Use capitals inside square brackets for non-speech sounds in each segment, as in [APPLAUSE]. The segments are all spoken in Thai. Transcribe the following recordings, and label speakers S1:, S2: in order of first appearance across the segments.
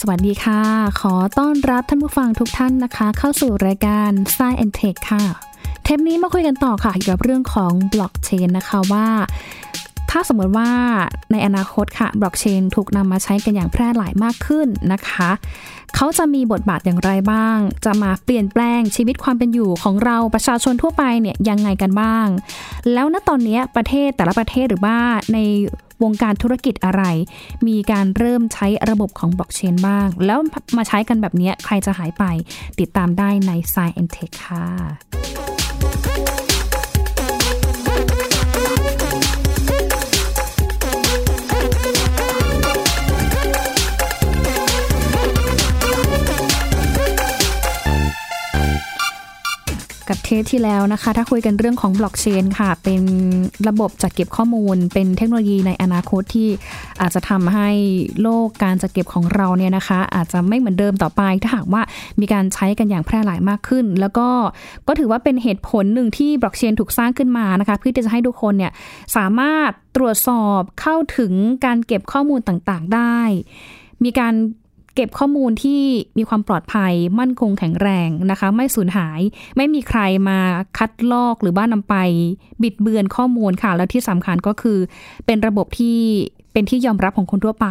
S1: สวัสดีค่ะ ขอต้อนรับท่านผู้ฟังทุกท่านนะคะ เข้าสู่รายการ Science and Tech ค่ะ เทปนี้มาคุยกันต่อค่ะเกี่ยวกับเรื่องของบล็อกเชนนะคะว่า ถ้าสมมติว่าในอนาคตค่ะบล็อกเชนถูกนำมาใช้กันอย่างแพร่หลายมากขึ้นนะคะ เขาจะมีบทบาทอย่างไรบ้าง จะมาเปลี่ยนแปลงชีวิตความเป็นอยู่ของเราประชาชนทั่วไปเนี่ยยังไงกันบ้าง แล้วณตอนเนี้ยประเทศแต่ละประเทศหรือว่าในวงการธุรกิจอะไร มีการเริ่มใช้ระบบของบล็อกเชนบ้าง แล้วมาใช้กันแบบเนี้ยใครจะหายไปติดตามได้ใน Science and Tech ค่ะ กับเทปที่แล้วนะคะ ถ้าคุยกันเรื่องของบล็อกเชนค่ะ เป็นระบบจัดเก็บข้อมูล เป็นเทคโนโลยีในอนาคตที่อาจจะทำให้โลกการจัดเก็บของเราเนี่ยนะคะ อาจจะไม่เหมือนเดิมต่อไป ถ้าหากว่ามีการใช้กันอย่างแพร่หลายมากขึ้น แล้วก็ก็ถือว่าเป็นเหตุผลหนึ่งที่บล็อกเชนถูกสร้างขึ้นมานะคะ เพื่อที่จะให้ทุกคนเนี่ยสามารถตรวจสอบเข้าถึงการเก็บข้อมูลต่างๆได้ มีการเก็บข้อมูลที่มีความปลอดภัย มั่นคงแข็งแรงนะคะ ไม่สูญหาย ไม่มีใครมาคัดลอกหรือว่านำไปบิดเบือนข้อมูลค่ะ แล้วที่สำคัญก็คือเป็นระบบที่เป็นที่ยอมรับของคนทั่วไป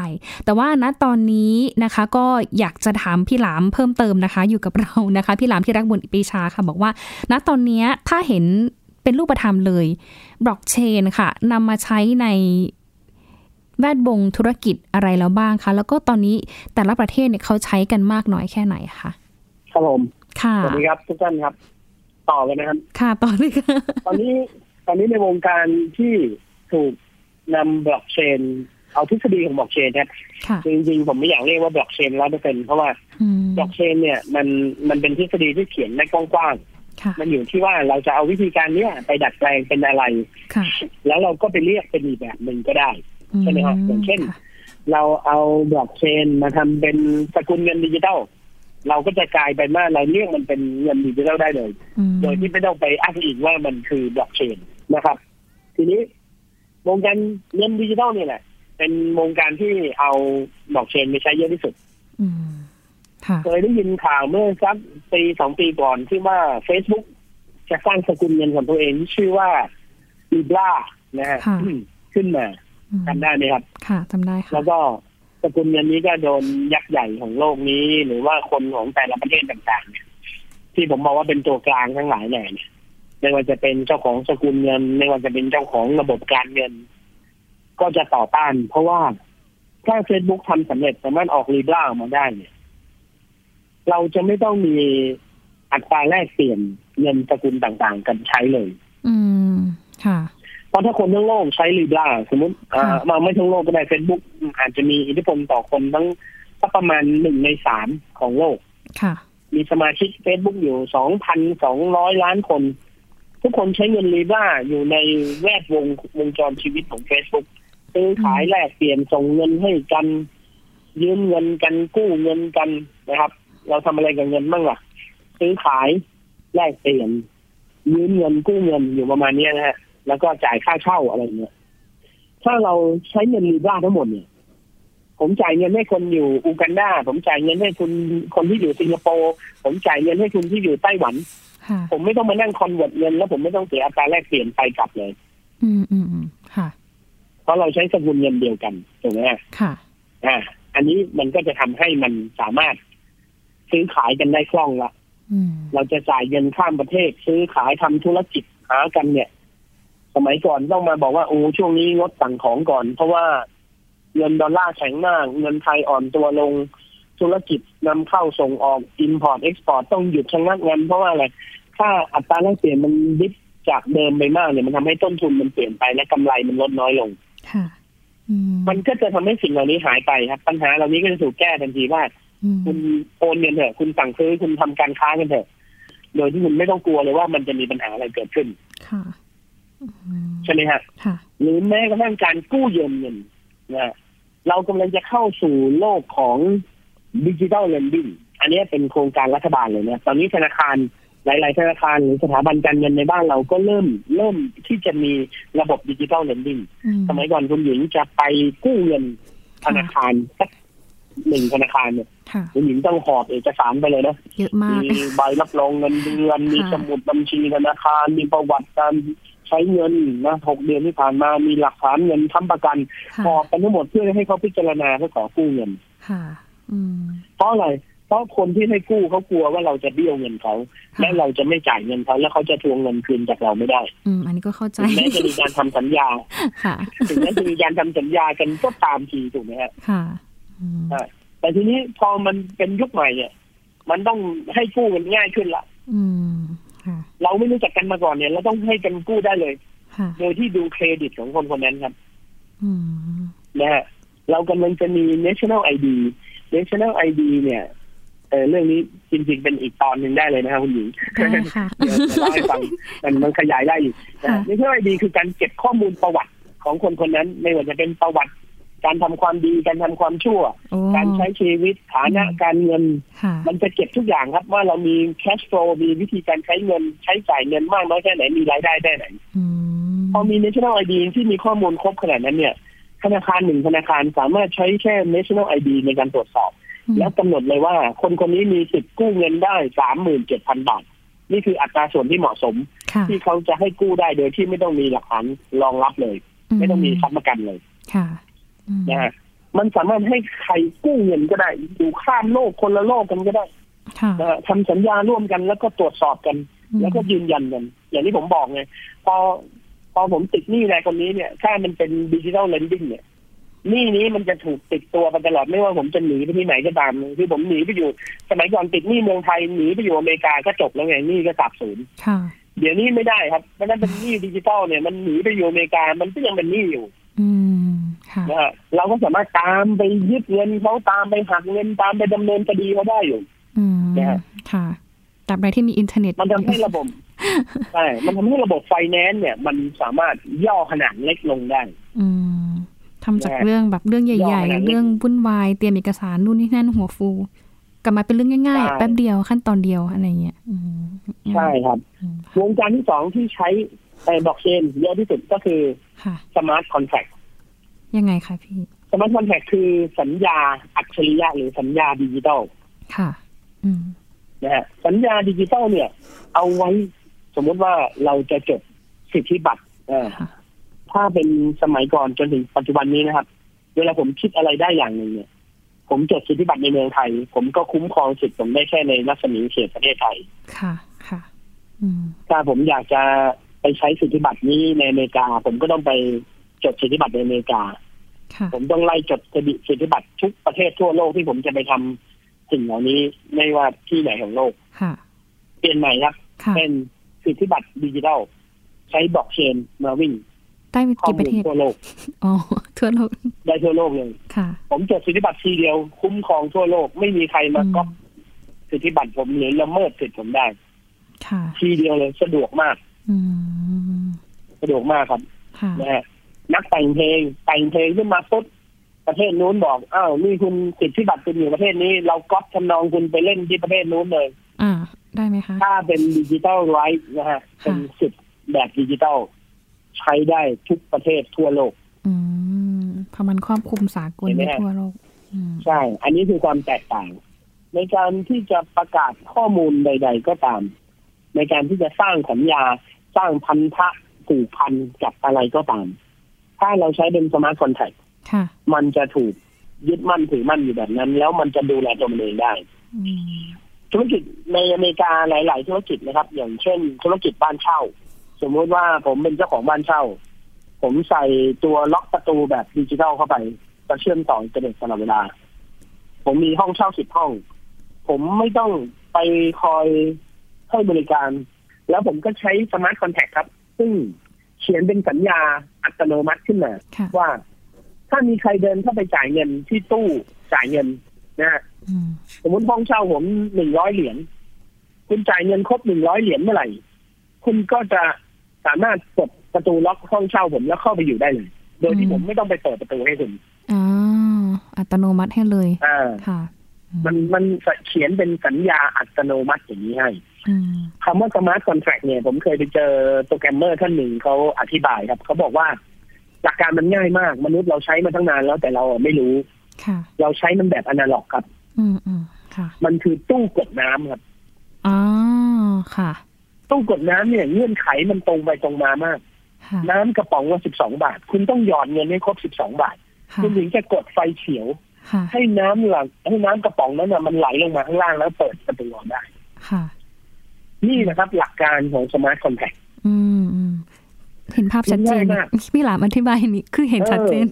S1: แต่ว่าณตอนนี้นะคะก็อยากจะถามพี่หลามเพิ่มเติมนะคะ อยู่กับเรานะคะ พี่หลามที่รักบุญปรีชาค่ะ บอกว่า ณตอนเนี้ยถ้าเห็นเป็นรูปธรรมเลยบล็อกเชนค่ะนำมาใช้ในแวดวงธุรกิจอะไรแล้วบ้างคะ แล้วก็ตอนนี้แต่ละประเทศเนี่ยเขาใช้กันมากน้อยแค่ไหนคะ
S2: ครับผม
S1: ค่ะ
S2: สวัสดีครับทุกท่านครับ ต่อเลยนะครับ
S1: ค่ะตอนนี้ค่ะ
S2: ตอนนี้ตอนนี้ในวงการที่ถูกนำบล็อกเชน เอาทฤษฎีของบล็อกเชนนะ
S1: ค่ะ
S2: จริงๆผมไม่อยากเรียกว่าบล็อกเชนร้อยเปอร์เซ็นเพราะว่า
S1: อืม
S2: บล็อกเชนเนี่ยมันมันเป็นทฤษฎีที่เขียนได้กว้าง
S1: ค่ะ
S2: ๆมันอยู่ที่ว่าเราจะเอาวิธีการเนี้ยไปดัดแปลงเป็นอะไร
S1: ค่ะ
S2: แล้วเราก็ไปเรียกเป็นอีกแบบหนึ่งก็ได้ ใช่ไหมครับอย่างเช่น
S1: ค่ะ
S2: เราเอาบล็อกเชนมาทำเป็นสกุลเงินดิจิทัลเราก็จะกลายเป็นว่าเราเรียกมันเป็นเงินดิจิทัลได้เลย
S1: อืม
S2: โดยที่ไม่ต้องไปอ้างอิงว่ามันคือบล็อกเชนนะครับ ทีนี้วงการเงินดิจิทัลเนี่ยแหละ เป็นวงการที่เอาบล็อกเชนไปใช้เยอะที่สุด
S1: อืมค่ะ
S2: เคยได้ยินข่าวเมื่อสักปีสองปีก่อนที่ว่า Facebook จะสร้างสกุลเงินของตัวเองที่ชื่อว่าอีบลานะฮะขึ้นมา
S1: อืม
S2: จำได้ไหมครับ
S1: ค่ะจำได้ค่ะ
S2: แล้วก็สกุลเงินนี้ก็โดนยักษ์ใหญ่ของโลกนี้ หรือว่าคนของแต่ละประเทศต่างๆเนี่ยที่ผมบอกว่าเป็นตัวกลางทั้งหลายแหล่เนี่ยไม่ว่าจะเป็นเจ้าของสกุลเงินไม่ว่าจะเป็นเจ้าของระบบการเงิน ก็จะต่อต้าน เพราะว่าถ้าเฟซบุ๊กทำสำเร็จสามารถออกรีบล่าออกมาได้เนี่ย เราจะไม่ต้องมีอัตราแลกเปลี่ยนเงินสกุลต่างๆ กันใช้เลย
S1: อืมค่ะ
S2: เพราะถ้าคนทั้งโลกใช้ลีบราสมมติอ่า
S1: ค่ะ
S2: มาไม่ทั้งโลกก็ได้เฟซบุ๊กอาจจะมีอิทธิพลต่อคนทั้งสักประมาณหนึ่งในสามของโลก
S1: ค่ะ
S2: มีสมาชิกเฟซบุ๊กอยู่สองพันสองร้อยล้านคน ทุกคนใช้เงินลีบราอยู่ในแวดวงวงจรชีวิตของเฟซบุ๊กซื้อขายแลกเปลี่ยนส่งเงินให้กัน ยืมเงินกันกู้เงินกันนะครับ เราทำอะไรกับเงินบ้างล่ะ ซื้อขายแลกเปลี่ยนยืมเงินกู้เงินอยู่ประมาณเนี้ยนะฮะ แล้วก็จ่ายค่าเช่าอะไรเนี่ย ถ้าเราใช้เงินรีบราทั้งหมดเนี่ย ผมจ่ายเงินให้คนอยู่อูกันดา ผมจ่ายเงินให้คนคนที่อยู่สิงคโปร์ ผมจ่ายเงินให้คนที่อยู่ไต้หวัน
S1: ค่ะ
S2: ผมไม่ต้องมานั่งคอนเวิร์ตเงิน แล้วผมไม่ต้องเสียอัตราแลกเปลี่ยนไปกลับเลย
S1: อืมอืมอืมค่ะ
S2: เพราะเราใช้สกุลเงินเดียวกันถูกไหมฮะ
S1: ค่ะ
S2: อ่า อันนี้มันก็จะทำให้มันสามารถซื้อขายกันได้คล่องละ
S1: อืม
S2: เราจะจ่ายเงินข้ามประเทศ ซื้อขายทำธุรกิจหากันเนี่ย สมัยก่อนต้องมาบอกว่าโอ้ช่วงนี้งดสั่งของก่อน เพราะว่าเงินดอลลาร์แข็งมาก เงินไทยอ่อนตัวลงธุรกิจนำเข้าส่งออกอินพอร์ตเอ็กซ์พอร์ตต้องหยุดชะงักเงินเพราะว่าอะไรถ้าอัตราแลกเปลี่ยนมันดิฟจากเดิมไปมากเนี่ยมันทำให้ต้นทุนมันเปลี่ยนไปและกำไรมันลดน้อยลง
S1: ค่ะอืม
S2: มันก็จะทำให้สิ่งเหล่านี้หายไปครับ ปัญหาเหล่านี้ก็จะถูกแก้ทันทีว่า
S1: อืม
S2: คุณโอนเงินเถอะคุณสั่งซื้อคุณทำการค้ากันเถอะ โดยที่คุณไม่ต้องกลัวเลยว่ามันจะมีปัญหาอะไรเกิดขึ้น
S1: ค่ะอืม
S2: ใช่ไหมฮะ
S1: ค่ะ
S2: หรือแม้กระทั่งการกู้ยืมเงินนะฮะเรากำลังจะเข้าสู่โลกของดิจิ t a ลเลนดิ้งอันนี้เป็นโครงการรัฐบาลเลยนะตอนนี้ธนาคารหลาย ๆ ธนาคารหรือสถาบันการเงินในบ้านเราก็เริ่มเริ่มที่จะมีระบบดิจิ t a ลเลนดิ้ง
S1: อื
S2: สมัยก่อนคุณหญิงจะไปกู้เงินธนาคารสัก หนึ่งธนาคารเนี่ย
S1: ค่ะ
S2: คุณหญิงต้องหอบเอกสารไปเลยนะ
S1: เยอะมาก
S2: มีใบรับรองเงินเดือน มีสมุดบัญชีธนาคาร มีประวัติการใช้เงินนะหกเดือนที่ผ่านมา มีหลักฐานเงินค้ำประกัน
S1: ค่ะ
S2: หอบกันทั้งหมดเพื่อให้เขาพิจารณาเพื่อขอกู้เงิน
S1: ค่ะ อืม
S2: เพราะอะไร เพราะคนที่ให้กู้เขากลัวว่าเราจะเบี้ยวเงินเขา
S1: ค่ะ
S2: และเราจะไม่จ่ายเงินเขาแล้วเขาจะทวงเงินคืนจากเราไม่ได้
S1: อืม อันนี้ก็เข้าใจ
S2: ถึงแม้จะมีการทำสัญญา
S1: ค่ะ
S2: ถึงแม้จะมีการทำสัญญากันก็ตามทีถูกไหมฮะ
S1: ค่ะอืม
S2: อ่ะ แต่ทีนี้พอมันเป็นยุคใหม่เนี่ย มันต้องให้กู้กันง่ายขึ้นละ
S1: อืม ค่ะ
S2: เราไม่รู้จักกันมาก่อนเนี่ย เราต้องให้กันกู้ได้เลย
S1: ค่ะ
S2: โดยที่ดูเครดิตของคนคนนั้นครับ
S1: อืม
S2: นะฮะเรากำลังจะมี national ID national ID เนี่ยเออเรื่องนี้จริงๆ เป็นอีกตอนหนึ่งได้เลยนะครับคุณหญิง
S1: ได้ค่ะ
S2: เดี๋ยวจะเล่าให้ฟังมันมันขยายได้อีกนะฮะ
S1: ค่ะ
S2: national ID คือการเก็บข้อมูลประวัติของคนคนนั้น ไม่ว่าจะเป็นประวัติ การทำความดีการทำความชั่ว
S1: โอ้
S2: การใช้ชีวิตฐานะการเงิน
S1: ค่ะ
S2: มันจะเก็บทุกอย่างครับ ว่าเรามี cash flow มีวิธีการใช้เงิน ใช้จ่ายเงินมากน้อยแค่ไหนมีรายได้แค่ไหน
S1: อืม
S2: พอมี National ID ที่มีข้อมูลครบขนาดนั้นเนี่ย ธนาคารหนึ่งธนาคารสามารถใช้แค่ National ID ในการตรวจสอบ แล้วกำหนดเลยว่าคนคนนี้มีสิทธิ์กู้เงินได้สามหมื่นเจ็ดพันบาท นี่คืออัตราส่วนที่เหมาะสม
S1: ค่ะ
S2: ที่เขาจะให้กู้ได้โดยที่ไม่ต้องมีหลักฐานรองรับเลย ไม่ต้องมีค้ำประกันเลย
S1: ค่ะอืม
S2: นะฮะมันสามารถให้ใครกู้เงินก็ได้อยู่ข้ามโลกคนละโลกกันก็ได้
S1: ค่ะ
S2: นะฮะทำสัญญาร่วมกันแล้วก็ตรวจสอบกัน แล้วก็ยืนยันกัน อย่างที่ผมบอกไงพอพอผมติดหนี้นายคนนี้เนี่ย ถ้ามันเป็นดิจิทัลเลนดิ้งเนี่ยหนี้นี้มันจะถูกติดตัวไปตลอดไม่ว่าผมจะหนีไปที่ไหนก็ตามคือผมหนีไปอยู่ สมัยก่อนติดหนี้เมืองไทยหนีไปอยู่อเมริกาก็จบแล้วไงหนี้ก็สาบสูญ
S1: ค่ะ
S2: เดี๋ยวนี้ไม่ได้ครับเพราะฉะนั้นเป็นหนี้ดิจิทัลเนี่ยมันหนีไปอยู่อเมริกามันก็ยังเป็นหนี้อยู่
S1: อืม ค่ะ
S2: นะฮะเราก็สามารถตามไปยึดเงินเขาตามไปหักเงินตามไปดำเนินคดีเขาได้อยู่
S1: อืม
S2: นะฮะ
S1: ค่ะตราบใดที่มีอินเทอร์เน็ต
S2: มันทำให้ระบบ
S1: [LAUGHS]
S2: ใช่ มันทำให้ระบบไฟแนนซ์เนี่ย มันสามารถย่อขนาดเล็กลงได้
S1: อืมทำจาก
S2: แน่
S1: เรื่องแบบเรื่องใหญ่
S2: ย่อขนาด
S1: ๆ
S2: นี้
S1: เรื่องวุ่นวาย เตรียมเอกสารนู่นนี่นั่นหัวฟู กลับมาเป็นเรื่องง่าย
S2: ใช่
S1: ๆ แป๊บเดียวขั้นตอนเดียวอะไรเงี้ยอืม
S2: ใช่ครับ
S1: อืม
S2: วงการที่สองที่ใช้ไอ้บล็อกเชนเยอะที่สุดก็คือ
S1: ค่ะ
S2: สมาร์ทคอนแท็ก
S1: ยังไงคะพี่
S2: สมาร์ทคอนแท็กคือสัญญาอัจฉริยะหรือสัญญาดิจิตอล
S1: ค่ะ อืม
S2: นะฮะสัญญาดิจิตอลเนี่ย เอาไว้สมมุติว่าเราจะจดสิทธิบัตรเอ่อ
S1: ค่ะ
S2: ถ้าเป็นสมัยก่อนจนถึงปัจจุบันนี้นะครับ เวลาผมคิดอะไรได้อย่างหนึ่งเนี่ย ผมจดสิทธิบัตรในเมืองไทย ผมก็คุ้มครองสิทธิ์ผมได้แค่ในรัศมีเขตประเทศไทย
S1: ค่ะ ค่ะ อืม
S2: ถ้าผมอยากจะไปใช้สิทธิบัตรนี้ในอเมริกา ผมก็ต้องไปจดสิทธิบัตรในอเมริกา
S1: ค่ะ
S2: ผมต้องไล่จดสิทธิบัตรทุกประเทศทั่วโลกที่ผมจะไปทำสิ่งเหล่านี้ไม่ว่าที่ไหนของโลก
S1: ค่ะ
S2: เปลี่ยนใหม่ครับ
S1: ค่ะ
S2: เป็นสิทธิบัตรดิจิทัลใช้บล็อกเชนมาวิ่ง
S1: ได้ไป
S2: ข้อ
S1: กี่ป
S2: มู
S1: ระเทศ
S2: ลทั่วโลก
S1: อ๋อ [LAUGHS] ทั่วโลก
S2: ได้ทั่วโลกเลย
S1: ค่ะ
S2: ผมจดสิทธิบัตรทีเดียวคุ้มครองทั่วโลก ไม่มีใครมา
S1: อืม
S2: ก๊อปสิทธิบัตรผมหรือละเมิดสิทธิผมได้
S1: ค่ะ
S2: ทีเดียวเลยสะดวกมาก
S1: อืม
S2: สะดวกมากครับ
S1: ค่ะ
S2: นะฮะนักแต่งเพลงแต่งเพลงขึ้นมาปุ๊บประเทศนู้นบอกอ้าวนี่คุณสิทธิบัตรคุณอยู่ประเทศนี้ เราก๊อปทำนองคุณไปเล่นที่ประเทศนู้นเลย
S1: อ่า ได้ไหมคะ
S2: ถ้าเป็นดิจิทัลไรท์นะฮะเป็นสิทธิ์แบบดิจิทัลใช้ได้ทุกประเทศทั่วโลก
S1: อืมเพราะมันครอบคลุมสากล
S2: เห็นไหม
S1: ไป
S2: ฮะ
S1: ทั่วโลก อืม
S2: ใช่ อันนี้คือความแตกต่าง ในการที่จะประกาศข้อมูลใด ๆ ก็ตาม ในการที่จะสร้างสัญญาสร้างพันธะผูกพันกับอะไรก็ตาม ถ้าเราใช้เป็นสมาร์ทคอนแท
S1: ค่ะ
S2: มันจะถูกยึดมั่นถือมั่นอยู่แบบนั้น แล้วมันจะดูแลตัวมันเองได้
S1: อืม
S2: ธุรกิจในอเมริกาหลาย ๆ ธุรกิจนะครับ อย่างเช่น ธุรกิจบ้านเช่า สมมุติว่าผมเป็นเจ้าของบ้านเช่า ผมใส่ตัวล็อกประตูแบบดิจิทัลเข้าไปจะเชื่อมต่ออินเทอร์เน็ตตลอดเวลา ผมมีห้องเช่าสิบห้อง ผมไม่ต้องไปคอยให้บริการ แล้วผมก็ใช้สมาร์ทคอนแทคครับ ซึ่งเขียนเป็นสัญญาอัตโนมัติขึ้นมา
S1: ค่ะ
S2: ว่าถ้ามีใครเดินเข้าไปจ่ายเงินที่ตู้จ่ายเงินนะฮะ
S1: อืม
S2: สมมติห้องเช่าผมหนึ่งร้อยเหรียญคุณจ่ายเงินครบหนึ่งร้อยเหรียญเมื่อไหร่ คุณก็จะสามารถกดประตูล็อกห้องเช่าผมแล้วเข้าไปอยู่ได้เลย โดยที่
S1: อืม
S2: ผมไม่ต้องไปเปิดประตูให้คุณ
S1: อ่าอัตโนมัติให้เลย
S2: อ่า
S1: ค่ะ
S2: มันมันเขียนเป็นสัญญาอัตโนมัติอย่างนี้ให้
S1: อืม
S2: คำว่าสมาร์ทคอนแทรคเนี่ย ผมเคยไปเจอโปรแกรมเมอร์ท่านหนึ่งเขาอธิบายครับเขาบอกว่า หลักการมันง่ายมาก มนุษย์เราใช้มาตั้งนานแล้วแต่เราไม่รู้
S1: ค่ะ
S2: เราใช้มันแบบอนาล็อกครับ
S1: อืมอืมค่ะ
S2: มันคือตู้กดน้ำครับ
S1: อ๋อ ค่ะ
S2: ตู้กดน้ำเนี่ยเงื่อนไขมันตรงไปตรงมามาก
S1: ค่ะ
S2: น้ำกระป๋องละสิบสองบาท คุณต้องหยอดเงินให้ครบสิบสองบาท
S1: ค่ะ
S2: คุณถึงจะกดไฟเขียว
S1: ค่ะ
S2: ให้น้ำหลังให้น้ำกระป๋องนั้นนะมันไหลลงมาข้างล่างแล้วเปิดประตูออกได้
S1: ค่ะ
S2: นี่นะครับ หลักการของสมาร์ทคอนแทค
S1: อืมอืมเห็นภาพชัดเจน
S2: ง่ายมาก
S1: พี่หลามอธิบายนี่คือเห็น
S2: เออ
S1: ชัดเจน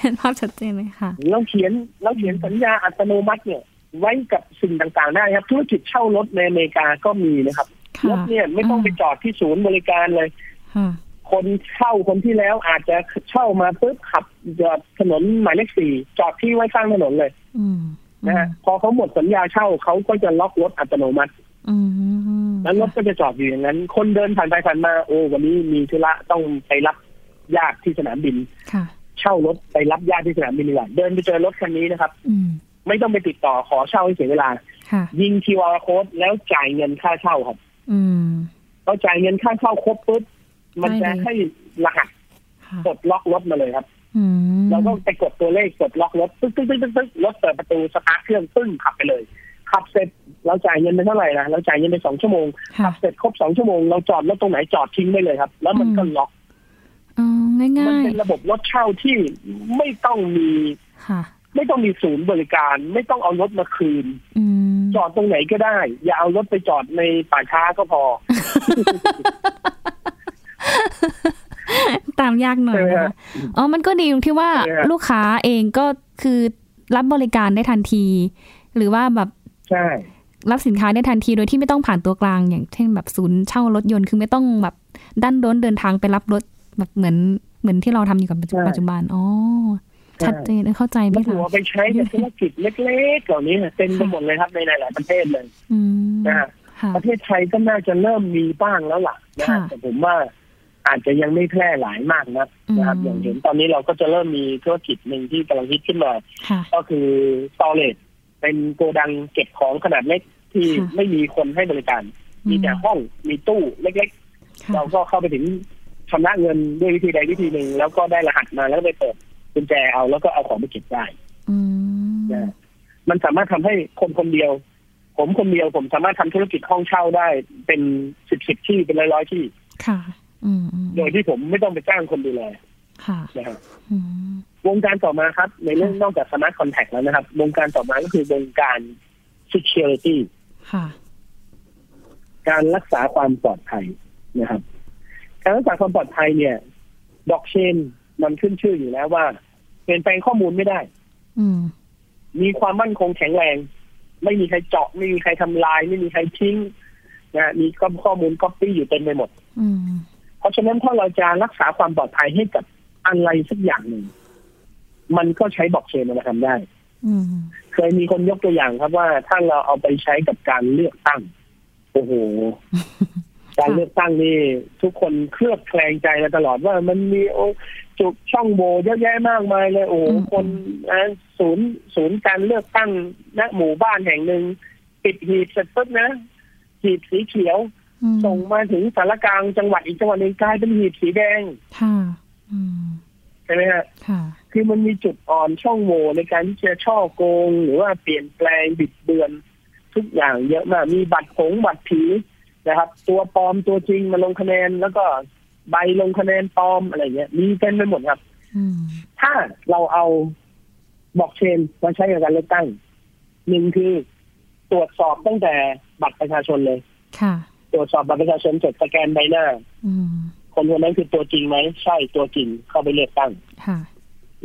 S1: เห็นภาพชัดเจนเลยค่ะ
S2: เราเขียนเราเขียนสัญญาอัตโนมัติเนี่ย ไว้กับสิ่งต่างๆได้ครับ ธุรกิจเช่ารถในอเมริกาก็มีนะครับร
S1: ค่ะ
S2: ถเนี่ยไม่ต้องไปจอดที่ศูนย์บริการเลย
S1: ค่ะ
S2: คนเช่าคนที่แล้วอาจจะเช่ามาปุ๊บขับจอดถนนหมายเลขสี่จอดที่ไว้ข้างถนนเลย
S1: อืม
S2: นะฮะพอเขาหมดสัญญาเช่าเขาก็จะล็อกรถอัตโนมัติ
S1: อืมอืม
S2: แล้วรถก็จะจอดอยู่อย่างนั้น คนเดินผ่านไปผ่านมาโอ้วันนี้มีธุระต้องไปรับญาติที่สนามบิน
S1: ค่ะ
S2: เช่ารถไปรับญาติที่สนามบินดีกว่าเดินไปเจอรถคันนี้นะครับ
S1: อืม
S2: ไม่ต้องไปติดต่อขอเช่าให้เสียเวลา
S1: ค่ะ
S2: ยิง QR code แล้วจ่ายเงินค่าเช่าครับ
S1: อืม
S2: พอจ่ายเงินค่าเช่าครบปุ๊บมันจะ
S1: ได้เลย
S2: ให้รหัส
S1: ค่ะ
S2: กดล็อกรถมาเลยครับ
S1: อืม
S2: เราก็ไปกดตัวเลขกดล็อกรถตึ๊กตึ๊กตึ๊กตึ๊กตึ๊กรถเปิดประตูสตาร์ทเครื่องตึ้งขับไปเลยขับเสร็จเราจ่ายเงินไปเท่าไหร่นะเราจ่ายเงินไปสองชั่วโมง
S1: ค่ะ
S2: ขับเสร็จครบสองชั่วโมงเราจอดรถตรงไหนจอดทิ้งได้เลยครับ แล้วมันก็
S1: อืม
S2: ล็อก
S1: อ๋อ
S2: มั
S1: ง่าย
S2: เป็นระบบรถเช่าที่ไม่ต้องมี
S1: ๆ ค่ะ
S2: ไม่ต้องมีศูนย์บริการ ไม่ต้องเอารถมาคืน
S1: อืม
S2: จอดตรงไหนก็ได้ อย่าเอารถไปจอดในป่าช้าก็พอ
S1: ตามยากหน่อย
S2: ใช่ไหม
S1: นะคะ
S2: ฮะ
S1: อ๋อ มันก็ดีตรงที่ว่า
S2: ใช่ฮะ
S1: ลูกค้าเองก็คือรับบริการได้ทันที หรือว่าแบบ
S2: ใช่
S1: รับสินค้าได้ทันทีโดยที่ไม่ต้องผ่านตัวกลาง อย่างเช่นแบบศูนย์เช่ารถยนต์คือไม่ต้องแบบดันโดนเดินทางไปรับรถแบบเหมือนเหมือนที่เราทำอยู่กับปัจจุ
S2: ใช่
S1: ปัจจุบันอ๋อ
S2: ใช่
S1: ชัดเจนเออเข้าใจ
S2: มัน
S1: พี่ห
S2: ถือ
S1: ลา
S2: ว่าไปใช้กับธุรกิจเล็กๆเหล่านี้เต็มไปหมดเลยครับในหลายๆประเทศเลย
S1: อืม
S2: นะฮะ
S1: ค่ะ
S2: ประเทศไทยก็น่าจะเริ่มมีบ้างแล้วล่ะนะ
S1: ค่ะ
S2: ฮะแต่ผมว่าอาจจะยังไม่แพร่หลายมากนักนะครับ
S1: อืม
S2: อย่างเห็นตอนนี้เราก็จะเริ่มมีธุรกิจหนึ่งที่กำลังฮิตขึ้นมา
S1: ค่ะ
S2: ก็คือสตอเรจเป็นโกดังเก็บของขนาดเล็กที่
S1: ค่ะ
S2: ไม่มีคนให้บริ
S1: [LAUGHS]
S2: การ มีแต่ห้องมีตู้เล็ก
S1: ค่ะ
S2: ๆ เราก็เข้าไปถึงชำระเงินด้วยวิธีใดวิธีหนึ่ง แล้วก็ได้รหัสมาแล้วก็ไปเปิดกุญแจเอาแล้วก็เอาของไปเก็บได้
S1: อืม
S2: นะมันสามารถทำให้คนคนเดียว ผมคนเดียวผมสามารถทำธุรกิจห้องเช่าได้เป็นสิบสิบที่เป็นร้อยร้อยๆที่
S1: ค่ะ อืมอืม
S2: โดยที่ผมไม่ต้องไปจ้างคนดูแล
S1: ค่ะ
S2: นะฮะ
S1: อืม
S2: วงการต่อมาครับ ในเรื่อง
S1: ค่ะ
S2: นอกจากสมาร์ทคอนแทคแล้วนะครับ วงการต่อมาก็คือวงการ security
S1: ค่ะ
S2: การรักษาความปลอดภัยนะครับ การรักษาความปลอดภัยเนี่ยบล็อกเชนมันขึ้นชื่ออยู่แล้วว่าเปลี่ยนแปลงข้อมูลไม่ได้
S1: อืม
S2: มีความมั่นคงแข็งแรง ไม่มีใครเจาะ ไม่มีใครทำลาย ไม่มีใครทิ้งนะมีข้อข้อมูลก๊อปปี้อยู่เต็มไปหมด
S1: อืม
S2: เพราะฉะนั้นถ้าเราจะรักษาความปลอดภัยให้กับอะไรสักอย่างหนึ่ง มันก็ใช้บล็อกเชนมาทำได้
S1: อืม
S2: เคยมีคนยกตัวอย่างครับว่าถ้าเราเอาไปใช้กับการเลือกตั้ง โอ้โห การเลือกตั้งนี่ทุกคนเคลือบแคลงใจมาตลอดว่ามันมีโอจุดช่องโหว่เยอะแยะมากมายเลย โอ้โหคนอ่าศูนย์ศูนย์การเลือกตั้งณหมู่บ้านแห่งหนึ่งปิดหีบเสร็จปุ๊บนะ หีบสีเขียว
S1: อืม
S2: ส่งมาถึงสารกลางจังหวัดอีกจังหวัดหนึ่งกลายเป็นหีบสีแดง
S1: ค่ะ อืม
S2: ใช่ไหมฮะ
S1: ค่ะ
S2: คือมันมีจุดอ่อนช่องโหว่ในการที่จะช่อโกง หรือว่าเปลี่ยนแปลงบิดเบือน ทุกอย่างเยอะมากมีบัตรผงบัตรผีนะครับ ตัวปลอมตัวจริงมาลงคะแนน แล้วก็ใบลงคะแนนปลอมอะไรเงี้ย มีเต็มไปหมดครับ
S1: อืม
S2: ถ้าเราเอาบล็อกเชนมาใช้กับการเลือกตั้งหนึ่งคือตรวจสอบตั้งแต่บัตรประชาชนเลย
S1: ค่ะ
S2: ตรวจสอบบัตรประชาชนเสร็จสแกนใบหน้า
S1: อืม
S2: คนคนนั้นคือตัวจริงไหมใช่ตัวจริงเข้าไปเลือกตั้ง
S1: ค่ะ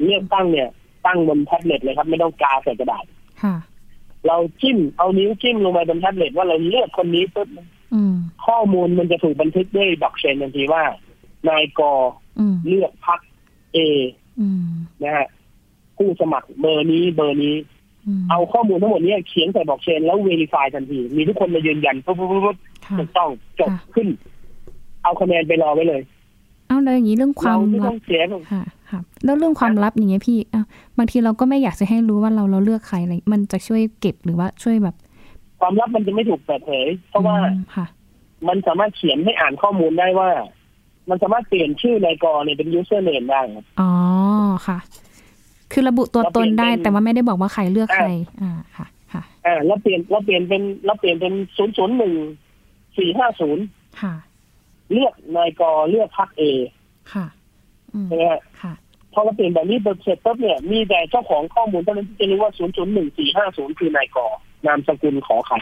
S2: เลือกตั้งเนี่ย ตั้งบนแท็บเล็ตเลยครับ ไม่ต้องกาใส่กระดาษ
S1: ค่ะ
S2: เราจิ้มเอานิ้วจิ้มลงไปบนแท็บเล็ตว่าเราเลือกคนนี้ปุ๊บ
S1: อืม
S2: ข้อมูลมันจะถูกบันทึกด้วยบล็อกเชนทันทีว่า นายก
S1: อืม
S2: เลือกพักเอ
S1: อืม
S2: นะฮะผู้สมัครเบอร์นี้เบอร์นี้
S1: อืม
S2: เอาข้อมูลทั้งหมดเนี้เขียนใส่บล็อกเชนแล้วเว r ิฟายทันที มีทุกคนมายืนยันปุ๊บปุ๊บปุ๊บปุ๊บ
S1: ค่ะ
S2: ถูกต้องจบ
S1: ค่ะ
S2: ขึ้น เอาคะแนนไปรอไว้เลย
S1: เอาแล้วอย่างนี้เรื่องควา
S2: เรา
S1: ม
S2: ไม่
S1: ลั
S2: ต้
S1: บ
S2: องเสีย
S1: ค่ะ ค่ะ แล้วเรื่องความลับอย่างเงี้ยพี่ อ่ะ บางทีเราก็ไม่อยากจะให้รู้ว่าเราเราเลือกใครอะไร มันจะช่วยเก็บหรือว่าช่วยแบบ
S2: ความลับมันจะไม่ถูกเปิดเผยเพราะว่า
S1: อืมค่ะ
S2: มันสามารถเขียนให้อ่านข้อมูลได้ว่า มันสามารถเปลี่ยนชื่อนายกรเนี่ยเป็นยูเซอร์เนมได้ครับ
S1: อ๋อ ค่ะ คือระบุตัวตนได้ แต่ว่าไม่ได้บอกว่าใครเลือกใคร อ่าค่ะค่ะ
S2: อ่าแล้วเปลี่ยนแล้วเปลี่ยนเป็นแล้วเปลี่ยนเป็นศูนย์ศูนย์หนึ่งสี่ห้าศูนย์
S1: ค่ะ
S2: เลือกนายกเลือกพรรคเอ
S1: ค่ะอืม
S2: ใช่ไหมฮะ
S1: ค่ะ
S2: พอเราเปลี่ยนแบบนี้เสร็จปุ๊บเนี่ยมีแต่เจ้าของข้อมูลเท่านั้นที่จะรู้ว่าศูนย์ศูนย์หนึ่งสี่ห้าศูนย์คือนายกนามสกุลขอไข่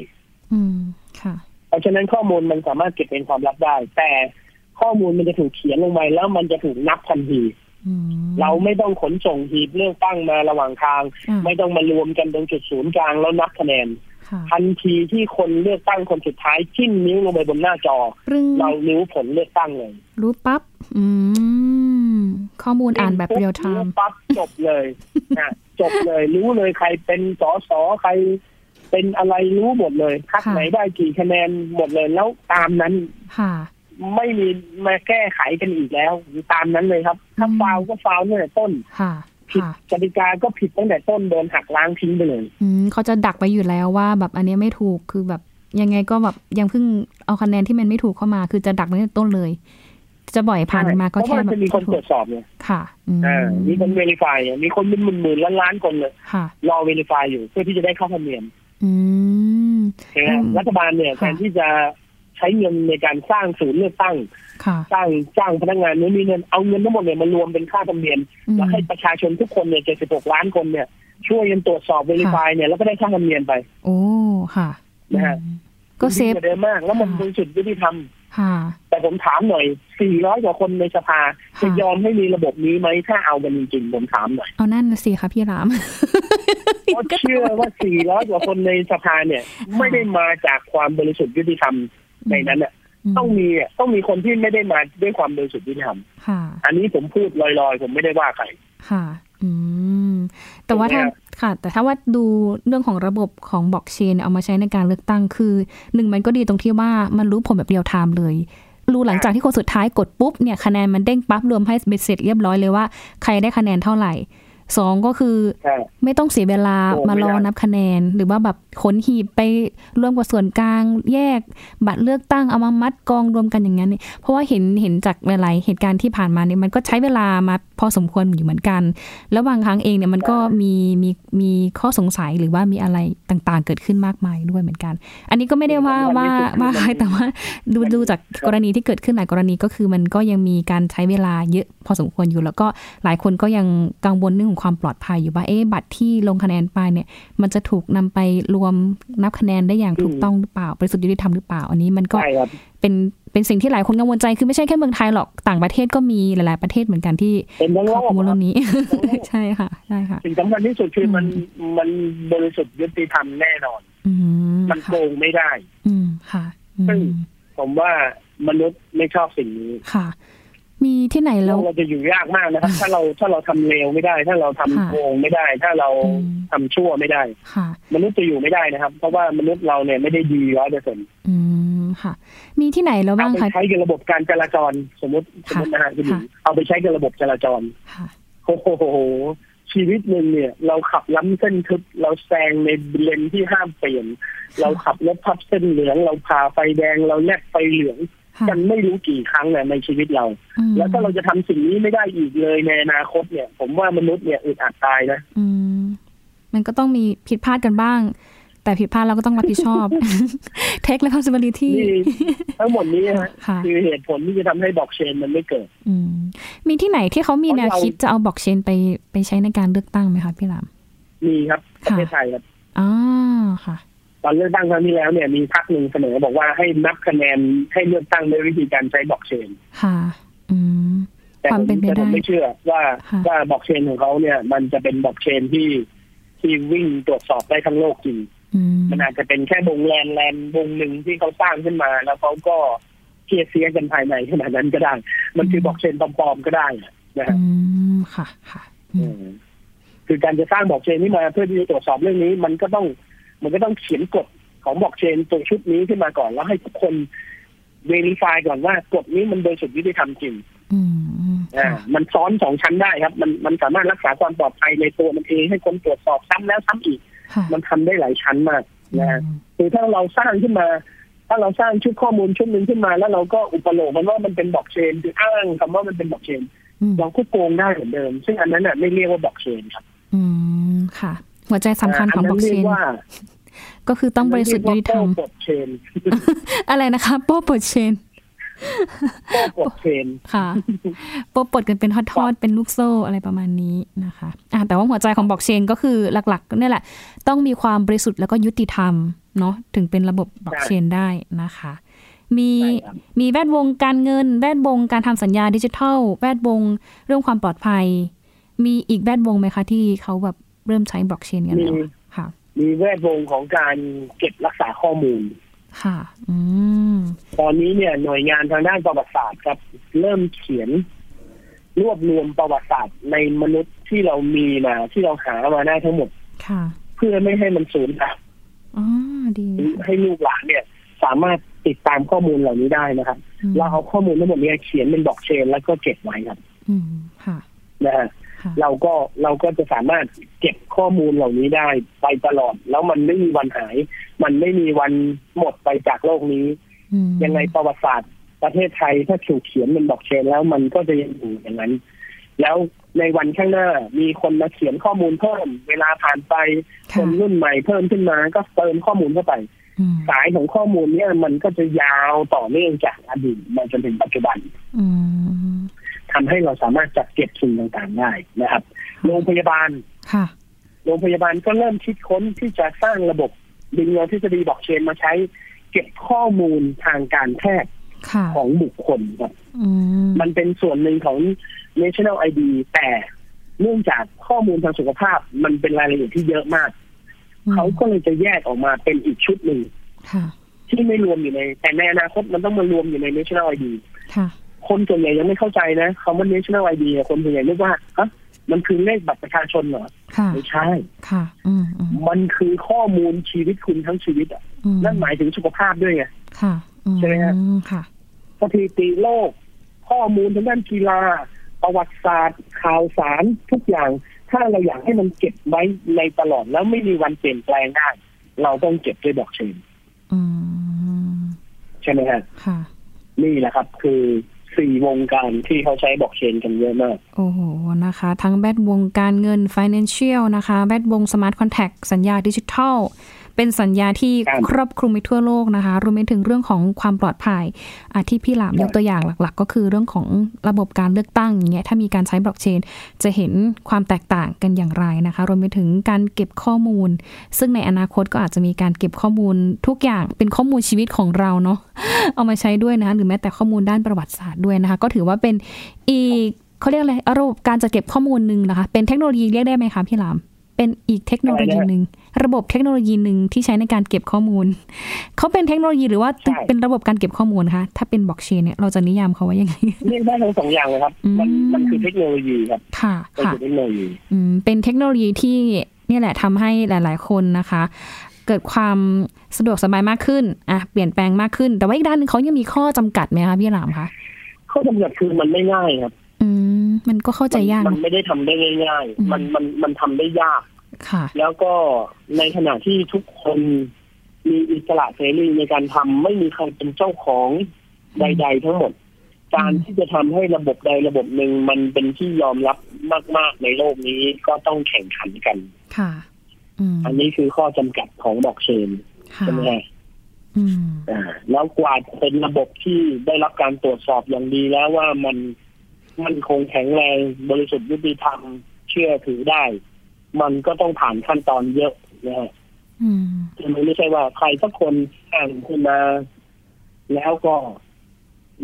S1: อืมค่ะ
S2: เพราะฉะนั้นข้อมูลมันสามารถเก็บเป็นความลับได้ แต่ข้อมูลมันจะถูกเขียนลงไปแล้วมันจะถูกนับทันที
S1: อืม
S2: เราไม่ต้องขนส่งหีบเลือกตั้งมาระหว่างทาง
S1: อ่า
S2: ไม่ต้องมารวมกันตรงจุดศูนย์กลางแล้วนับคะแนน
S1: ค่ะ
S2: ทันทีที่คนเลือกตั้งคนสุดท้ายจิ้มนิ้วลงไปบนหน้าจอ
S1: ปรึง
S2: เรารู้ผลเลือกตั้งเลย
S1: รู้ปั๊บ อืม ข้อมูลอ่านแบบเรียลไท
S2: รู้
S1: ม์
S2: ปั๊บจบเลย [LAUGHS] นะจบเลยรู้เลยใครเป็นสอสอใคร เป็นอะไรรู้หมดเลยพักไหนได้กี่คะแนนหมดเลยแล้วตามนั้น
S1: ค่ะ
S2: ไม่มีมาแก้ไขกันอีกแล้ว ตามนั้นเลยครับ ถ้า
S1: อืม
S2: ฟาวก็ฟาวตั้งแต่ต้น
S1: ค่ะ
S2: ผิด
S1: ค่ะ
S2: กติกาก็ผิดตั้งแต่ต้นโดนหักล้างทิ้งไปเลย
S1: อืมเขาจะดักไว้อยู่แล้วว่าแบบอันเนี้ยไม่ถูกคือแบบยังไงก็แบบยังเพิ่งเอาคะแนนที่มันไม่ถูกเข้ามา คือจะดักไว้ตั้งแต่ต้นเลย จะบ่อยผ่าน
S2: ใช่
S1: มาก็
S2: เพ
S1: แค่
S2: ราะ
S1: แบ
S2: มัน
S1: บ
S2: จะมีคน
S1: ถู
S2: ตรว
S1: ก
S2: จสอบเนี่ย
S1: ค่ะอืม
S2: อ่ามีคนเว r ิฟายมีคนเป็นหมื่นๆล้านล้านๆคนเลย
S1: ค่ะ
S2: รอเว r ิฟายอยู่เพื่อที่จะได้เข้าธรรมเนียม
S1: อืม
S2: ใช่ไหม
S1: อืม
S2: รัฐบาลเนี่ย
S1: ค่ะ
S2: แทนที่จะใช้เงินในการสร้างศูนย์เลือกตั้ง
S1: ค่ะ
S2: สร้างจ้างพนักงานนู้นนี่นั่นเอาเงินทั้งหมดเนี่ยมารวมเป็นค่าธรรมเนียม
S1: อืม
S2: แล้วให้ประชาชนทุกคนเนี่ย76ล้านคนเนี่ยช่วยกันตรวจสอบเว r ิฟายเนี่ยแล้วก็ได้ค่าธรรมเนียมไป
S1: โอ้ค่ะ
S2: นะฮะ
S1: อืมก็เซฟ
S2: ดีว่าเดิมมากแล้วมัน
S1: ค่ะ
S2: บริสุทธิ์ยุติธรรม
S1: ค่ะ
S2: แต่ผมถามหน่อย 400 กว่าคนในสภา
S1: ค่ะ
S2: จะยอมให้มีระบบนี้ไหมถ้าเอากันจริงๆผมถามหน่อย
S1: เอานั่นน่ะสิค่ะพี่ราม
S2: เพราะเชื่อว่า 400 กว่าคนในสภา
S1: [LAUGHS]
S2: เนี่ย ไม่ได้มาจากความบริสุทธิ์ยุติธรรมในนั้นน่ะต้องมีอ่ะต้องมีคนที่ไม่ได้มาด้วยความบริสุทธิ์ยุติธรรม
S1: ค่ะ
S2: อันนี้ผมพูดลอยๆ ผมไม่ได้ว่าใคร
S1: ค่ะ อืม แต่ว่าถ้า
S2: ถูกไหมครับ
S1: ค่ะ แต่ถ้าว่าดูเรื่องของระบบของบล็อกเชนเอามาใช้ในการเลือกตั้งคือหนึ่งมันก็ดีตรงที่ว่ามันรู้ผลแบบเรียลไทม์เลย รู้หลังจากที่คนสุดท้ายกดปุ๊บเนี่ยคะแนนมันเด้งปั๊บรวมให้เบ็ดเสร็จเรียบร้อยเลยว่าใครได้คะแนนเท่าไหร่สองก็คือ
S2: ใช่
S1: ไม่ต้องเสียเวลา
S2: โอ้
S1: มารอ
S2: ไม่ได้
S1: นับคะแนน หรือว่าแบบขนหีบไปรวมกับส่วนกลางแยก บัตรเลือกตั้งเอามามัดกองรวมกันอย่างนั้นเนี่ยเพราะว่าเห็นเห็นจากหลายๆเหตุการณ์ที่ผ่านมาเนี่ยมันก็ใช้เวลามาพอสมควรอยู่เหมือนกัน แล้วบางครั้งเองเนี่ยมันก็มีมีมีข้อสงสัยหรือว่ามีอะไรต่างๆ เกิดขึ้นมากมายด้วยเหมือนกัน อันนี้ก็ไม่ได้ว่าว่าว่า [LAUGHS] ใครแต่ว่าดูดูจากกรณีที่เกิดขึ้นหลายกรณีก็คือมันก็ยังมีการใช้เวลาเยอะพอสมควรอยู่ แล้วก็หลายคนก็ยังกังวลเรื่องของความปลอดภัยอยู่ว่าเอ๊ะบัตรที่ลงคะแนนไปเนี่ย มันจะถูกนำไปรวมนับคะแนนได้อย่างถูกต้องหรือเปล่าบริสุทธิ์ยุติธรรมหรือเปล่า อันนี้มันก็
S2: ใช่ครับ
S1: เป็นเป็นสิ่งที่หลายคนกังวลใจคือไม่ใช่แค่เมืองไทยหรอกต่างประเทศก็มีหลาย ๆประเทศเหมือนกันที่
S2: เป็นทั้งโล
S1: ข้อกมูล
S2: ค
S1: เรื่
S2: รั
S1: อบ งนี้ ใช่ค่ะใช่ค่ะ
S2: สิ่งสำคัญที่สุดคือมันมันบริสุทธิ์ยุติธรรมแน่นอน
S1: อืม
S2: มันโก
S1: ค่ะ
S2: งไม่ได้
S1: อืมค่ะอื
S2: ซึ่ง
S1: ม
S2: ผมว่ามนุษย์ไม่ชอบสิ่งนี้
S1: ค่ะ มีที่ไหน
S2: แล้
S1: แล้ว ว
S2: เราจะอยู่ยากมากนะครับ ถ้าเราถ้าเราทำเลวไม่ได้ ถ้าเราทำ
S1: ค่ะ
S2: โกงไม่ได้ ถ้าเรา
S1: อืม
S2: ทำชั่วไม่ได้
S1: ค่ะ
S2: มนุษย์จะอยู่ไม่ได้นะครับ เพราะว่ามนุษย์เราเนี่ยไม่ได้ดีร้อยเปอร์เซ็นต์
S1: อืมค่ะ มีที่ไหนแล้ว
S2: เอา
S1: บ้าง
S2: ไป
S1: คะ
S2: ใช้กับระบบการจราจรสมมติสมมตินะฮะคุณหญิง
S1: ค่ะ
S2: เอาไปใช้กับระบบจราจร
S1: ค่ะ
S2: โอ้โหชีวิตหนึ่งเนี่ย เราขับล้ำเส้นทึบเราแซงในเลนที่ห้ามเปลี่ยน เราขับรถพับเส้นเหลืองเราผ่าไฟแดงเราแลกไฟเหลือง
S1: ค่ะ
S2: กันไม่รู้กี่ครั้งแหละในชีวิตเรา
S1: อืม
S2: แล้วถ้าเราจะทำสิ่งนี้ไม่ได้อีกเลยในอนาคตเนี่ย ผมว่ามนุษย์เนี่ยอึดอัดตายนะ
S1: อืมมันก็ต้องมีผิดพลาดกันบ้าง แต่ผิดพลาดเราก็ต้องรับผิดชอบ [LAUGHS] take responsibility [LAUGHS]
S2: นี่ ทั้งหมดนี้นะฮะ
S1: ค่ะ
S2: คือเหตุผลที่จะทำให้บล็อกเชนมันไม่เกิด
S1: อืมมีที่ไหนที่เขามีแนว
S2: ของเรา
S1: คิดจะเอาบล็อกเชนไปไปใช้ในการเลือกตั้งไหมคะพี่ราม
S2: มีครับป
S1: ค่ะ
S2: ระเทศไทยครับ
S1: อ๋อค่ะ
S2: ตอนเลือกตั้งครั้งที่แล้วเนี่ยมีพรรคหนึ่งเสนอบอกว่าให้นับคะแนนให้เลือกตั้งด้วยวิธีการใช้บล็อกเชน
S1: ค่ะ อืม
S2: แต่
S1: ค
S2: ผ
S1: วาม
S2: ม
S1: เป็นไป
S2: แต่ผม
S1: ได้
S2: ไม่เชื่อว่า
S1: ค่ะ
S2: ว่าบล็อกเชนของเขาเนี่ยมันจะเป็นบล็อกเชนที่ที่วิ่งตรวจสอบได้ทั้งโลกจริง
S1: อืม
S2: มันอาจจะเป็นแค่วงแลนแลนวงหนึ่งที่เขาสร้างขึ้นมา แล้วเขาก็เทียเสียกันภายในขนาดนั้นก็ได้ มันคือบล็อกเชนปลอมๆก็ได้นะฮะ
S1: อืมค่ะค่ะอืม
S2: เออคือการจะสร้างบล็อกเชนนี้มาเพื่อที่จะตรวจสอบเรื่องนี้ มันก็ต้อง มันก็ต้องเขียนกฎของบล็อกเชนตัวชุดนี้ขึ้นมาก่อน แล้วให้ทุกคนเว r ิฟายก่อนว่ากฎนี้มันโดยสุดยุติธรรมจริง
S1: อืมอืม
S2: อ่า
S1: ค่ะ
S2: มันซ้อนสองชั้นได้ครับ มันมันสามารถรักษาความปลอดภัยในตัวมันเองให้คนตรวจสอบซ้ำแล้วซ้ำอีก
S1: ค่ะ
S2: มันทำได้หลายชั้นมากนะฮะ
S1: อืม
S2: คือถ้าเราสร้างขึ้นมา ถ้าเราสร้างชุดข้อมูลชุดหนึ่งขึ้นมา แล้วเราก็อุปโลกมันว่ามันเป็นบล็อกเชนคืออ้างคำว่ามันเป็นบล็อกเชน เราก็โกงได้เหมือนเดิม ซึ่งอันนั้นน่ะไม่เรียกว่าบล็อกเชนครับ
S1: อืมค่ะ หัวใจสำคัญของบล็อกเช
S2: รีย
S1: น
S2: ว่า
S1: ก็คือต้องบริสุทธิ์ยุติธรรม
S2: กดเชน
S1: อะไรนะคะ โป้ปลดเชน
S2: ก็กดเชน
S1: ค่ะ
S2: [LAUGHS]
S1: โป้ปลดกันเป็นทอดๆเป็นลูกโซ่อะไรประมาณนี้นะคะอ่ะแต่ว่าหัวใจของบล็อกเชนก็คือหลักๆเนี่ยแหละ ต้องมีความบริสุทธิ์แล้วก็ยุติธรรมเนาะถึงเป็นระบบบล็อกเชนได้นะคะ มี
S2: ใช่ครับ
S1: มีแวดวงการเงิน แวดวงการทำสัญญาดิจิทัล แวดวงเรื่องความปลอดภัย มีอีกแวดวงไหมคะที่เขาแบบเริ่มใช้บล็อกเชนกัน
S2: มี
S1: แล้วค่ะ
S2: มีแวดวงของการเก็บรักษาข้อมูล
S1: ค่ะ อืม
S2: ตอนนี้เนี่ยหน่วยงานทางด้านประวัติศาสตร์ครับ เริ่มเขียน รวบรวมประวัติศาสตร์ในมนุษย์ที่เรามีมาที่เราหามาได้ทั้งหมด
S1: ค่ะ
S2: เพื่อไม่ให้มันสูญหาย
S1: อ๋อ ดี
S2: ให้ลูกหลานเนี่ย สามารถติดตามข้อมูลเหล่านี้ได้นะครับ
S1: อืม
S2: เราเอาข้อมูลทั้งหมดเนี้เขียนเป็นบล็อกเชน แล้วก็เก็บไว้ครับ
S1: อืม ค่ะ
S2: นะฮะ
S1: ค่ะ
S2: เราก็เราก็จะสามารถเก็บข้อมูลเหล่านี้ได้ไปตลอด แล้วมันไม่มีวันหาย มันไม่มีวันหมดไปจากโลกนี้
S1: อืม
S2: ยังไงประวัติศาสตร์ประเทศไทยถ้าถูกเขียนเป็นบล็อกเชนแล้วมันก็จะยังอยู่อย่างนั้น แล้วในวันข้างหน้ามีคนมาเขียนข้อมูลเพิ่ม เวลาผ่านไปค
S1: ค่ะ
S2: นรุ่นใหม่เพิ่มขึ้นมาก็เติมข้อมูลเข้าไป
S1: อืม
S2: สายของข้อมูลเนี่ยมันก็จะยาวต่อเนื่องจากอดีตมาจนถึงปัจจุบัน
S1: อืม
S2: ทำให้เราสามารถจัดเก็บสิ่งต่างๆได้นะครับ โรงพยาบาล
S1: ค่ะ
S2: โรงพยาบาลก็เริ่มคิดค้นที่จะสร้างระบบดึงเอาทฤษฎีบล็อกเชนมาใช้ เก็บข้อมูลทางการแพทย์
S1: ค่ะ
S2: ของบุคคลครับ
S1: อืม
S2: มันเป็นส่วนหนึ่งของ National ID แต่เนื่องจากข้อมูลทางสุขภาพมันเป็นรายละเอียดที่เยอะมาก เขาก็เลยจะแยกออกมาเป็นอีกชุดหนึ่ง
S1: ค่ะ
S2: ที่ไม่รวมอยู่ใน แต่ในอนาคตมันต้องมารวมอยู่ใน National ID
S1: ค่ะ
S2: คนส่วนใหญ่ยังไม่เข้าใจนะคำว่า National ID อะคนส่วนใหญ่นึกว่าฮะมันคือเลขบัตรประชาชนเหรอ
S1: ค่ะ
S2: ไม่ใช่
S1: ค่ะ อืมอืม
S2: มันคือข้อมูลชีวิตคุณทั้งชีวิตอะ
S1: อืม
S2: นั่นหมายถึงสุขภาพด้วยไง
S1: ค่ะอื
S2: ใช่ไหมฮะ
S1: ค่ะ
S2: สถิติโลก ข้อมูลทางด้านกีฬา ประวัติศาสตร์ ข่าวสารทุกอย่าง ถ้าเราอยากให้มันเก็บไว้ในตลอดแล้วไม่มีวันเปลี่ยนแปลงได้ เราต้องเก็บด้วยบล็อกเชน
S1: อืม
S2: ใช่ไหมฮะ
S1: ค่ะ
S2: นี่แหละครับ คือสี่วงการที่เขาใช้บล็อกเชนกันเยอะมาก
S1: โอ้โห นะคะ ทั้งแวดวงการเงิน Financial นะคะ แวดวง Smart Contact สัญญาดิจิทัล เป็นสัญญาที่
S2: ครับ
S1: ครอบคลุมไปทั่วโลกนะคะ รวมไปถึงเรื่องของความปลอดภัยอาที่พี่หลาม
S2: ครับ
S1: ยกตัวอย่างหลัก ๆ ก็คือเรื่องของระบบการเลือกตั้งอย่างเงี้ย ถ้ามีการใช้บล็อกเชน จะเห็นความแตกต่างกันอย่างไรนะคะ รวมไปถึงการเก็บข้อมูล ซึ่งในอนาคตก็อาจจะมีการเก็บข้อมูลทุกอย่างเป็นข้อมูลชีวิตของเราเนาะ เอามาใช้ด้วยนะคะหรือแม้แต่ข้อมูลด้านประวัติศาสตร์ด้วยนะคะ ก็ถือว่าเป็นอีกเขาเรียกอะไรระบบการจัดเก็บข้อมูลหนึ่งนะคะ เป็นเทคโนโลยีเรียกได้ไหมคะพี่หลาม เป็นอีกเทคโนโลยีหนึ่งระบบเทคโนโลยีหนึ่งที่ใช้ในการเก็บข้อมูล เขาเป็นเทคโนโลยีหรือว่า
S2: ใช่
S1: เป็นระบบการเก็บข้อมูลคะถ้าเป็นบล็อกเชนเนี่ยเราจะนิยามเขาว่ายังไง
S2: เรียกได้ทั้งสองอย่างเลยครับ มัน
S1: อืม
S2: มันคือเทคโนโลยีครับ
S1: ค่ะ
S2: มัน
S1: ค่ะ
S2: คือเทคโนโลยี
S1: อืมเป็นเทคโนโลยีที่เนี่ยแหละทำให้หลาย ๆ คนนะคะ เกิดความสะดวกสบายมากขึ้นอ่ะเปลี่ยนแปลงมากขึ้น แต่ว่าอีกด้านหนึงเขายังมีข้อจำกัดไหมคะพี่หลามคะ
S2: ข้อจำกัดคือมันไม่ง่ายครับ
S1: อืมมันก็เข้าใจยาก
S2: มัน
S1: นะ
S2: ไม่ได้ทำได้ง่าย
S1: อืม
S2: ๆ มันมันมันทำได้ยาก
S1: ค่ะ
S2: แล้วก็ในขณะที่ทุกคนมีอิสระเสรีในการทำไม่มีใครเป็นเจ้าของใด ๆ ทั้งหมด การที่จะทำให้ระบบใดระบบหนึ่งมันเป็นที่ยอมรับมาก ๆ ในโลกนี้ก็ต้องแข่งขันกัน
S1: ค่ะ อืม
S2: อันนี้คือข้อจำกัดของบล็อกเชน
S1: ค่ะ
S2: ใช่ไหมฮะ
S1: อืม
S2: อ่าแล้วกว่าจะเป็นระบบที่ได้รับการตรวจสอบอย่างดีแล้วว่ามันมันคงแข็งแรงบริสุทธิ์ยุติธรรมเชื่อถือได้ มันก็ต้องผ่านขั้นตอนเยอะนะฮะ
S1: อืม
S2: คือมันไม่ใช่ว่าใครสักคนอ่านขึ้นมา แล้วก็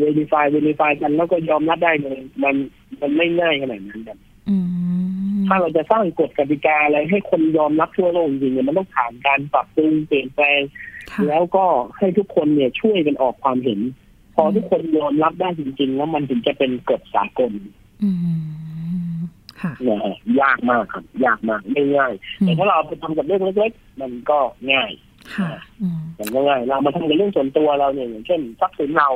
S2: verify verify กันแล้วก็ยอมรับได้เลย มันมันไม่ง่ายขนาดนั้นครับ
S1: อืม
S2: ถ้าเราจะสร้างกฎกติกาอะไรให้คนยอมรับทั่วโลกจริงๆเนี่ยมันต้องผ่านการปรับปรุงเปลี่ยนแปลง
S1: ค่ะ
S2: แล้วก็ให้ทุกคนเนี่ยช่วยกันออกความเห็น พอทุกคนยอมรับได้จริงๆ แล้วมันถึงจะเป็นกฎสากล
S1: อืมค่ะ
S2: นะฮะยากมากครับยากมากไม่ง่าย
S1: อื
S2: แต่
S1: ม
S2: ถ้าเราเอาไปทำกับเรื่องเล็กๆมันก็ง่าย
S1: ค่ะอืม
S2: อย่างง่ายๆเรามาทำในเรื่องส่วนตัวเราเนี่ยอย่างเช่นทรัพย์สินเรา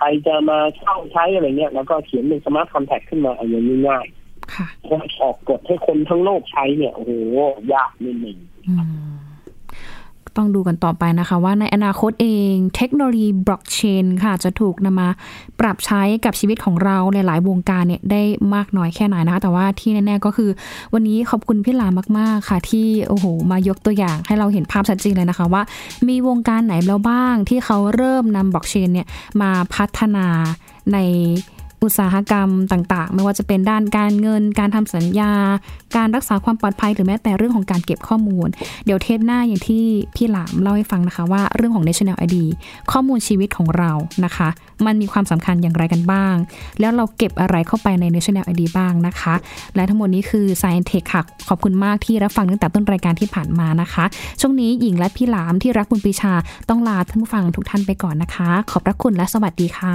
S2: ใครจะมาเช่าใช้อะไรเงี้ย แล้วก็เขียนเป็นสมาร์ทคอนแทคขึ้นมาอันนี้ง่าย
S1: ค่ะ
S2: ถ้าออกกฎให้คนทั้งโลกใช้เนี่ย โอ้โห ยากนิดหนึ่ง
S1: อืม ต้องดูกันต่อไปนะคะ ว่าในอนาคตเองเทคโนโลยีบล็อกเชนค่ะจะถูกนำมาปรับใช้กับชีวิตของเราหลายๆ วงการเนี่ยได้มากน้อยแค่ไหนนะคะ แต่ว่าที่แน่ๆก็คือ วันนี้ขอบคุณพี่หลามมาก ๆ ค่ะ ที่โอ้โหมายกตัวอย่างให้เราเห็นภาพชัดเจนเลยนะคะว่า มีวงการไหนแล้วบ้างที่เขาเริ่มนำบล็อกเชนเนี่ยมาพัฒนาในอุตสาหกรรมต่างๆ ไม่ว่าจะเป็นด้านการเงิน การทำสัญญา การรักษาความปลอดภัยหรือแม้แต่เรื่องของการเก็บข้อมูล เดี๋ยวเทปหน้าอย่างที่พี่หลามเล่าให้ฟังนะคะว่าเรื่องของ National ID ข้อมูลชีวิตของเรานะคะ มันมีความสำคัญอย่างไรกันบ้าง แล้วเราเก็บอะไรเข้าไปใน National ID บ้างนะคะ และทั้งหมดนี้คือ Science Tech ค่ะ ขอบคุณมากที่รับฟังตั้งแต่ต้นรายการที่ผ่านมานะคะ ช่วงนี้หญิงและพี่หลามที่รักคุณปรีชาต้องลาท่านผู้ฟังทุกท่านไปก่อนนะคะ ขอบพระคุณและสวัสดีค่ะ